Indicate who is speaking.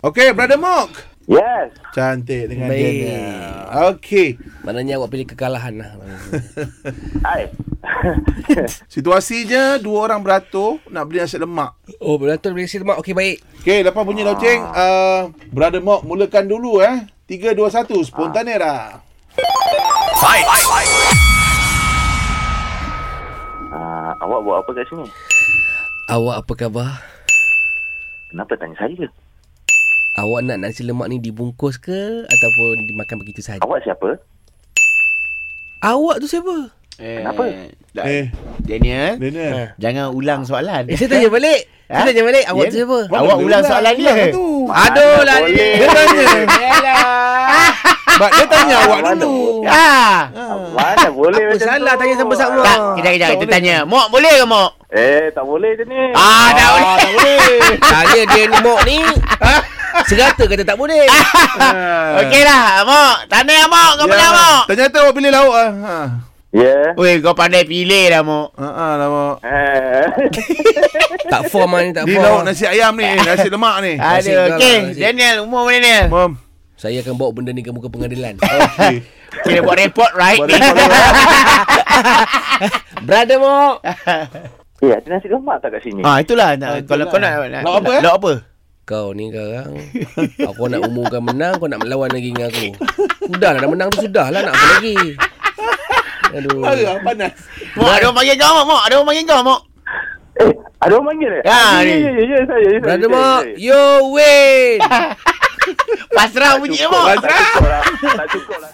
Speaker 1: Okay, Brother Mok.
Speaker 2: Yes.
Speaker 1: Cantik dengan
Speaker 3: Baik.
Speaker 1: dia. Okey.
Speaker 3: Maknanya awak pilih kekalahan lah.
Speaker 2: Hai.
Speaker 1: Situasinya dua orang beratur nak beli nasi lemak.
Speaker 3: oh, berantar boleh mak. Okey, baik.
Speaker 1: Okey, lepas bunyi loceng, uh, Brother Mok mulakan dulu eh. 3 2 1 spontanera.
Speaker 2: Uh, awak buat apa kat sini?
Speaker 3: Awak apa khabar?
Speaker 2: Kenapa tanya saya?
Speaker 3: Awak nak nasi lemak ni dibungkus ke ataupun dimakan begitu saja?
Speaker 2: Awak siapa?
Speaker 3: Awak tu siapa?
Speaker 4: Eh,
Speaker 2: Kenapa?
Speaker 4: dah-
Speaker 1: Eh,
Speaker 4: Daniel,
Speaker 1: Daniel.
Speaker 4: jangan ulang soalan.
Speaker 3: Eh, saya tanya balik. Saya
Speaker 4: Ha?
Speaker 3: tanya balik. Awak
Speaker 4: Ya.
Speaker 3: tu siapa?
Speaker 4: Awak ulang Eh. soalan dia.
Speaker 3: Aduh lah
Speaker 2: boleh.
Speaker 3: ni.
Speaker 1: Dia tanya.
Speaker 4: Yalah.
Speaker 1: Sebab dia tanya Ya, awak
Speaker 2: Mana
Speaker 1: dulu.
Speaker 4: Ah.
Speaker 2: Mana ya, boleh
Speaker 3: Ha. Apa
Speaker 2: macam
Speaker 3: salah
Speaker 2: tu?
Speaker 3: tanya sama-sama?
Speaker 4: Tak, kejap kejap kita tanya. Mok boleh ke Mok?
Speaker 2: Eh, tak boleh je ni.
Speaker 4: Ah, dah boleh.
Speaker 1: tak boleh.
Speaker 3: Tanya dia ni mok ni.
Speaker 4: Ha?
Speaker 3: Serata kata tak boleh.
Speaker 4: Eh. Okeylah, lah, Mok. Tanya Mok,
Speaker 1: Ah.
Speaker 4: kau
Speaker 1: Ya,
Speaker 4: benar Mok.
Speaker 1: Ternyata awak pilih lauk ah. Ha.
Speaker 2: Ya.
Speaker 4: Weh, kau pandai pilih lah Mok.
Speaker 1: Ha ah, lah Mok.
Speaker 2: Eh.
Speaker 3: tak form lah ni tak
Speaker 1: Ni
Speaker 3: form.
Speaker 1: lauk nasi ayam ni, nasi lemak ni.
Speaker 4: Ah.
Speaker 3: Nasib kau lah,
Speaker 4: Aduh, okey.
Speaker 3: nasib.
Speaker 4: Daniel, umur mana Daniel?
Speaker 1: Mom.
Speaker 3: Saya akan bawa benda ni ke muka pengadilan.
Speaker 1: Okey.
Speaker 4: Kira buat report, right?
Speaker 1: Buat report.
Speaker 3: Brother mok.
Speaker 2: Eh, ada nasi lemak tak kat sini?
Speaker 4: Ah, itulah. nak-
Speaker 1: Ah, itulah.
Speaker 4: Kalau kau nak... nak-
Speaker 1: Lauk apa, eh?
Speaker 4: Lauk apa?
Speaker 3: Kau ni sekarang Aku nak umumkan menang Kau nak melawan lagi dengan aku Sudahlah dah menang tu Sudahlah nak apa lagi Aduh
Speaker 1: Marah panas.
Speaker 4: Mok, ada orang panggil kau, Mok. Mok, ada orang panggil kau, Mok.
Speaker 2: Eh, ada orang panggil eh?
Speaker 4: Ya,
Speaker 2: ya,
Speaker 4: ni.
Speaker 2: ya, ya, ya, saya. saya,
Speaker 3: Brother
Speaker 2: saya,
Speaker 3: Mok
Speaker 2: saya.
Speaker 3: You win
Speaker 4: Pasrah bunyi dia, Mok.
Speaker 2: Tak cukup lah. Tak cukup lah.